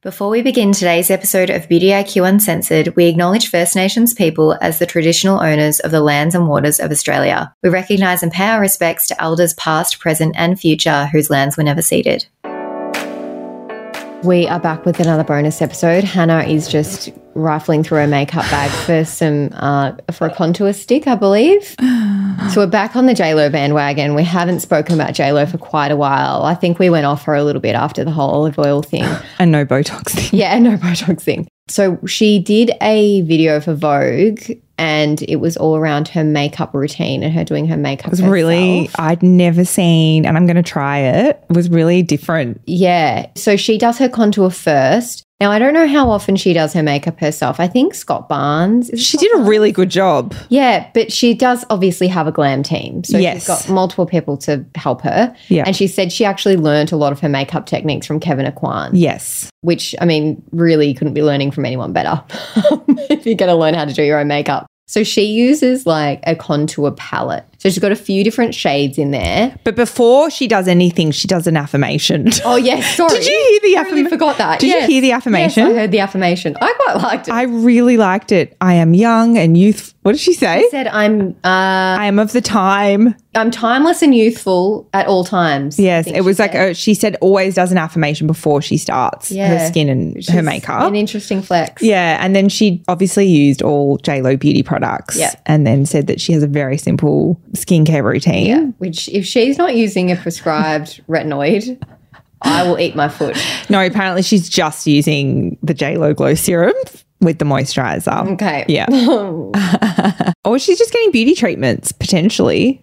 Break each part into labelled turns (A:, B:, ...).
A: Before we begin today's episode of Beauty IQ Uncensored, we acknowledge First Nations people as the traditional owners of the lands and waters of Australia. We recognise and pay our respects to elders past, present, and future whose lands were never ceded. We are back with another bonus episode. Hannah is just rifling through her makeup bag for some uh, for a contour stick, I believe. So we're back on the JLo bandwagon. We haven't spoken about JLo for quite a while. I think we went off her a little bit after the whole olive oil thing.
B: And no Botox thing.
A: Yeah, no Botox thing. So she did a video for Vogue and it was all around her makeup routine and her doing her makeup.
B: It was really,
A: herself.
B: I'd never seen, and I'm going to try it. It was really different.
A: Yeah. So she does her contour first. Now, I don't know how often she does her makeup herself. I think Scott Barnes. Is it
B: She
A: Scott
B: did a really good job.
A: Yeah, but she does obviously have a glam team. So she's
B: Yes.
A: got multiple people to help her.
B: Yeah.
A: And she said she actually learned a lot of her makeup techniques from Kevin Aquan,
B: Yes.
A: which I mean, really you couldn't be learning from anyone better if you're going to learn how to do your own makeup. So she uses like a contour palette. So she's got a few different shades in there.
B: But before she does anything, she does an affirmation.
A: Oh, yes. Sorry.
B: Did you hear the
A: I really
B: affirmation?
A: forgot that.
B: Did you
A: Yes.
B: hear the
A: Yes,
B: affirmation?
A: I heard the affirmation. I quite liked it.
B: I really liked it. I am young and youth. What did she say?
A: said I'm uh,
B: I am of the time.
A: I'm timeless and youthful at all times. I
B: Yes,
A: think
B: it
A: she
B: was like
A: said.
B: uh she said, always does an affirmation before she starts her
A: Yeah.
B: skin and
A: Which
B: her
A: is
B: makeup.
A: An interesting flex.
B: yeah, and then she obviously used all J Lo beauty products.
A: Yeah.
B: and then said that she has a very simple skincare routine.
A: Yeah, which if she's not using a prescribed retinoid, I will eat my foot.
B: No, apparently she's just using the J Lo glow serum with the moisturizer.
A: Okay. Oh.
B: Yeah,
A: Yeah,
B: or she's just getting beauty treatments potentially.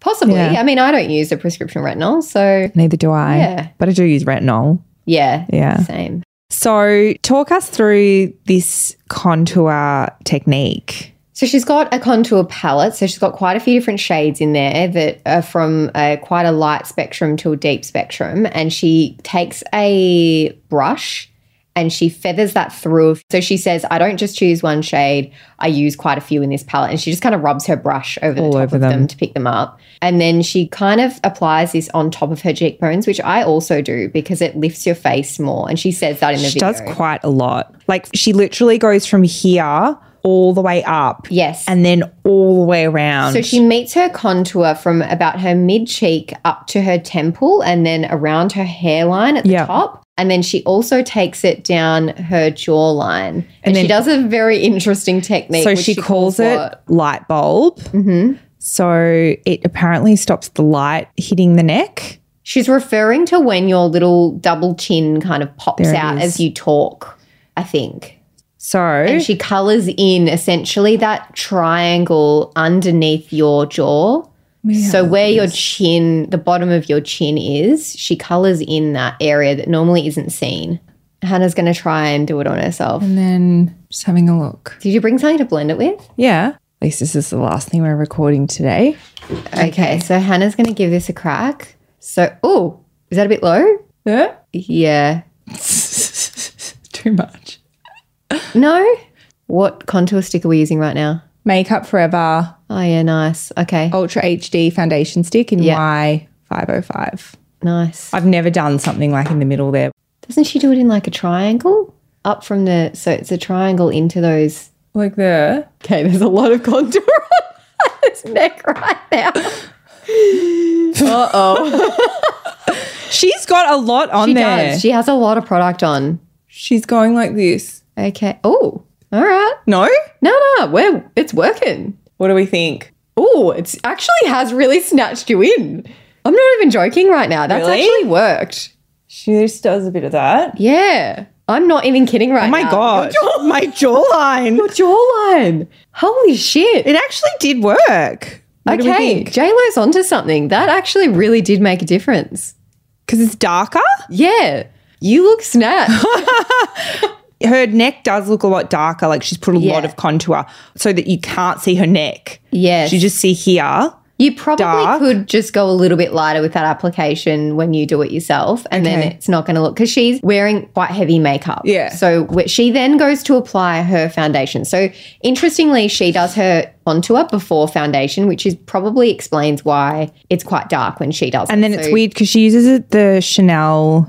A: possibly.
B: Yeah.
A: I mean, I don't use a prescription retinol, so
B: Neither do I.
A: Yeah.
B: but I do use retinol.
A: yeah,
B: Yeah.
A: same.
B: So, talk us through this contour technique.
A: So she's got a contour palette. So she's got quite a few different shades in there that are from a, quite a light spectrum to a deep spectrum. And she takes a brush and she feathers that through. So she says, I don't just choose one shade. I use quite a few in this palette. And she just kind of rubs her brush over the
B: All
A: top
B: over
A: of them.
B: them.
A: to pick them up. And then she kind of applies this on top of her cheekbones, which I also do because it lifts your face more. And she says that in the
B: She
A: video.
B: does quite a lot. Like, she literally goes from here all the way up
A: yes.
B: and then all the way around.
A: So she meets her contour from about her mid cheek up to her temple and then around her hairline at the
B: Yeah.
A: top. And then she also takes it down her jawline. And, she
B: then-
A: does a very interesting technique.
B: So
A: which
B: she calls it
A: what?
B: light bulb.
A: Mhm.
B: So it apparently stops the light hitting the neck.
A: She's referring to when your little double chin kind of pops
B: There it
A: out
B: is.
A: as you talk, I think.
B: So
A: And she colors in essentially that triangle underneath your jaw. So where your chin, the bottom of your chin is, she colors in that area that normally isn't seen. Hannah's going to try and do it on herself.
B: and then just having a look.
A: Did you bring something to blend it with?
B: Yeah. At least this is the last thing we're recording today.
A: Okay, so Hannah's going to give this a crack. So, oh, is that a bit low?
B: Yeah.
A: Yeah.
B: Too much.
A: No? What contour stick are we using right now?
B: Makeup Forever
A: Oh, yeah, nice. Okay,
B: Ultra HD Foundation Stick in Y505.
A: nice.
B: I've never done something like in the middle there.
A: Doesn't she do it in like a triangle? Up from the, so it's a triangle into those.
B: Like there.
A: Okay, there's a lot of contour on Hannah's neck right now.
B: She's got a lot on
A: She
B: there.
A: does. She has a lot of product on.
B: She's going like this.
A: Okay. Oh, all right.
B: No?
A: No, no, we're it's working.
B: What do we think?
A: Oh, it's actually has really snatched you in. I'm not even joking right now. That's
B: Really?
A: actually worked.
B: She just does a bit of that.
A: Yeah, I'm not even kidding right
B: Oh my
A: now.
B: god. My jawline.
A: Your jawline. Holy shit.
B: It actually did work. What do we
A: okay,
B: think?
A: J Lo's onto something. That actually really did make a difference.
B: Because it's darker?
A: Yeah, you look snatched.
B: her neck does look a lot darker. Like she's put a lot
A: Yeah.
B: of contour so that you can't see her neck.
A: Yes.
B: You just see here.
A: You probably
B: dark.
A: could just go a little bit lighter with that application when you do it yourself, and
B: Okay.
A: then it's not going to look because she's wearing quite heavy makeup.
B: Yeah.
A: So wh- she then goes to apply her foundation. So interestingly, she does her contour before foundation, which is probably explains why it's quite dark when she does.
B: And
A: it.
B: then it's
A: So-
B: weird because she uses it- the Chanel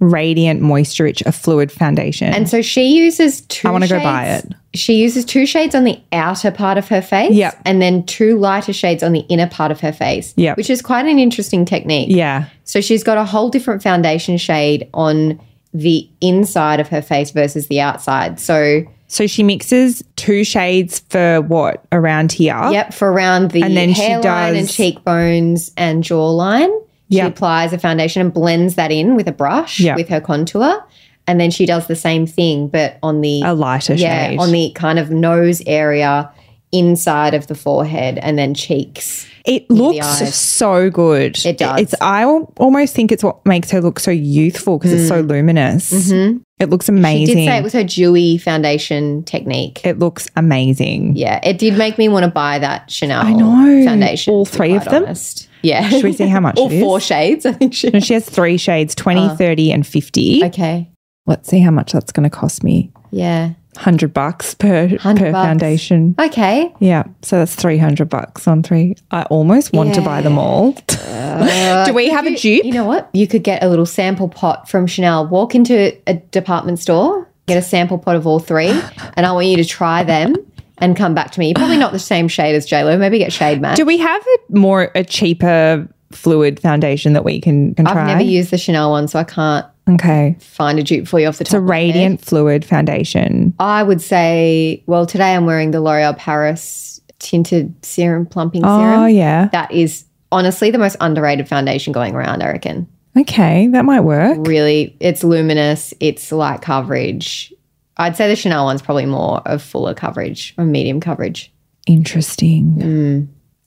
B: Radiant Moisture Rich a Fluid Foundation.
A: And so she uses two.
B: I wanna go buy
A: shades- She uses two shades on the outer part of her face,
B: Yep.
A: and then two lighter shades on the inner part of her face,
B: Yep.
A: which is quite an interesting technique.
B: yeah.
A: So she's got a whole different foundation shade on the inside of her face versus the outside. So,
B: So she mixes two shades for what around here.
A: yep, for around the
B: Oh. And then she
A: hairline and
B: does-
A: cheekbones and jawline, she
B: Yep.
A: applies a foundation and blends that in with a brush
B: Yep.
A: with her contour. And then she does the same thing, but on the
B: A lighter
A: yeah,
B: shade.
A: on the kind of nose area inside of the forehead and then cheeks.
B: it looks
A: eyes.
B: so good.
A: It does.
B: It's I al- almost think it's what makes her look so youthful because it's so luminous.
A: Mhm.
B: It looks
A: Mm. She
B: Mm-hmm. amazing.
A: did say it was her dewy foundation technique.
B: it looks amazing.
A: Yeah, it did make me want to buy that Chanel.
B: I know.
A: foundation.
B: All
A: to be
B: three of
A: quite
B: them?
A: honest. Yeah.
B: Should we see how much
A: All
B: it is?
A: four shades? I think she.
B: No, she has three shades 20,
A: Oh.
B: 30, and 50.
A: Okay.
B: Let's see how much that's going to cost me.
A: Yeah.
B: 100 bucks per,
A: 100
B: per
A: bucks.
B: foundation.
A: Okay.
B: Yeah. So that's 300 bucks on three. I almost want to buy them all.
A: Uh,
B: Do we have a
A: you-
B: dupe?
A: You know what? You could get a little sample pot from Chanel. Walk into a department store, get a sample pot of all three, and I want you to try them and come back to me. Probably not the same shade as J Lo. Maybe get shade match.
B: Do we have a more, a cheaper fluid foundation that we can, can
A: I've
B: try?
A: never used the Chanel one, so I can't
B: okay.
A: find a dupe for you off the top.
B: It's a
A: of my head.
B: radiant fluid foundation.
A: I would say, well, today I'm wearing the L'Oreal Paris tinted serum, plumping
B: Oh,
A: serum.
B: yeah.
A: That is honestly the most underrated foundation going around, I reckon.
B: Okay. That might work.
A: Really, it's luminous, it's light coverage. I'd say the Chanel one's probably more of fuller coverage or medium coverage.
B: Interesting.
A: Mm.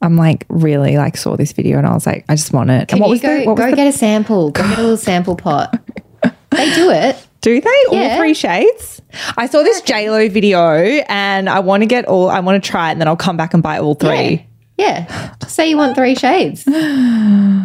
B: I'm like, really like saw this video and I was like, I just want it. and
A: Can
B: what
A: you
B: was
A: go,
B: the, what
A: go
B: was the,
A: get a sample? Go get a little sample pot. They do it.
B: do they? All
A: Yeah.
B: three shades? I saw this JLo video and I want to get all, I want to try it and then I'll come back and buy all three.
A: Yeah. Just say you want three shades.
B: I'm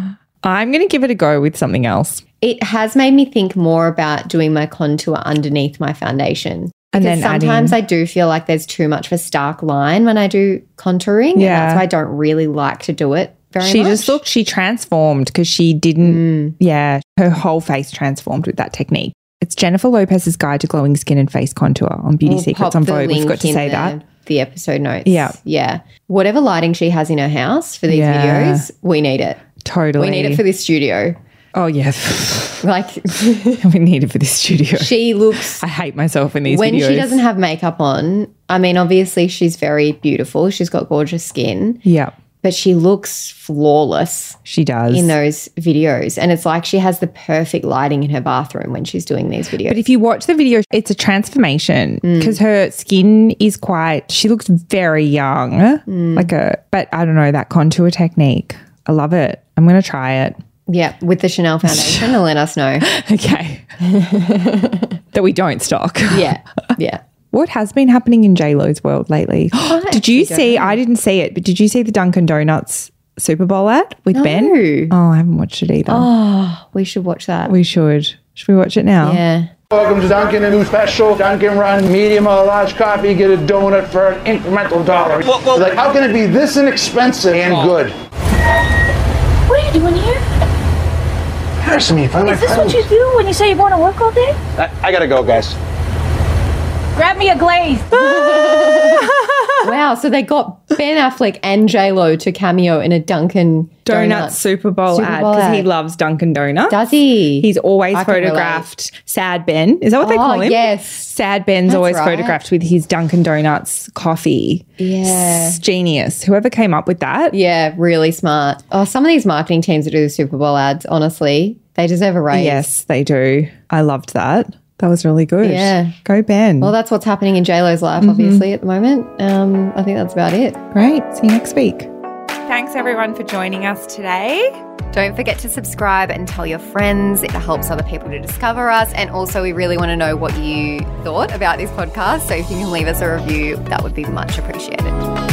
B: going to give it a go with something else.
A: It has made me think more about doing my contour underneath my foundation.
B: And
A: Because
B: then
A: sometimes I do feel like there's too much of a stark line when I do contouring. and
B: Yeah.
A: that's why I don't really like to do it very
B: She
A: much. Mm.
B: just looked, she transformed because she didn't, yeah, her whole face transformed with that technique. It's Jennifer Lopez's Guide to Glowing Skin and Face Contour on Beauty
A: We'll
B: Secrets
A: pop
B: on
A: the
B: Vogue. We've
A: link
B: got to
A: in
B: say
A: the-
B: that.
A: The episode notes.
B: Yeah.
A: Yeah. Whatever lighting she has in her house for these
B: Yeah.
A: videos, we need it.
B: Totally.
A: We need it for this studio.
B: oh, yeah.
A: Like,
B: we need it for this studio.
A: she looks.
B: I hate myself in these
A: when
B: videos.
A: she doesn't have makeup on, I mean, obviously she's very beautiful. She's got gorgeous skin,
B: yeah,
A: but she looks flawless.
B: she does.
A: in those videos. And it's like she has the perfect lighting in her bathroom when she's doing these videos.
B: But if you watch the video, it's a transformation
A: Mm.
B: because her skin is quite, she looks very young.
A: Mm.
B: Like a, but I don't know, that contour technique. I love it. I'm going to try it.
A: yeah, with the Chanel foundation to let us know.
B: Okay. that we don't stock.
A: Yeah. Yeah.
B: What has been happening in JLo's world lately? did you see, I didn't see it, but did you see the Dunkin' Donuts Super Bowl ad with Ben?
A: Ooh.
B: Oh, I haven't watched it either.
A: Oh. We should watch that.
B: We should. Should we watch it now?
A: Yeah.
C: Welcome to Dunkin' a new special. Dunkin' run medium or large coffee. Get a donut for an incremental dollar.
D: Whoa, whoa.
C: Like, how can it be this inexpensive and good?
E: What are you doing here?
C: Curse me if I'm
E: Is this what you do when you say you're going to work all day?
D: I, I gotta go, guys.
E: Grab me a glaze.
A: Wow. So they got Ben Affleck and J Lo to cameo in a Dunkin'
B: Donut,
A: Donuts.
B: Super Bowl
A: Super
B: ad
A: Bowl
B: because he
A: ad.
B: loves Dunkin' Donuts.
A: Does he?
B: He's always
A: I can relate.
B: photographed Sad Ben. Is that what they
A: Oh,
B: call him?
A: yes.
B: Sad Ben's
A: That's
B: always
A: right.
B: photographed with his Dunkin' Donuts coffee.
A: Yeah.
B: S- Genius. Whoever came up with that.
A: Yeah, really smart. Oh, some of these marketing teams that do the Super Bowl ads, honestly, they deserve a raise.
B: Yes, they do. I loved that. That was really good.
A: Yeah.
B: Go Ben.
A: Well, that's what's happening in JLo's life,
B: Mm-hmm.
A: obviously, at the moment. Um, I think that's about it.
B: Great. See you next week. Thanks everyone for joining us today.
A: Don't forget to subscribe and tell your friends. It helps other people to discover us. And also, we really want to know what you thought about this podcast. So if you can leave us a review, that would be much appreciated.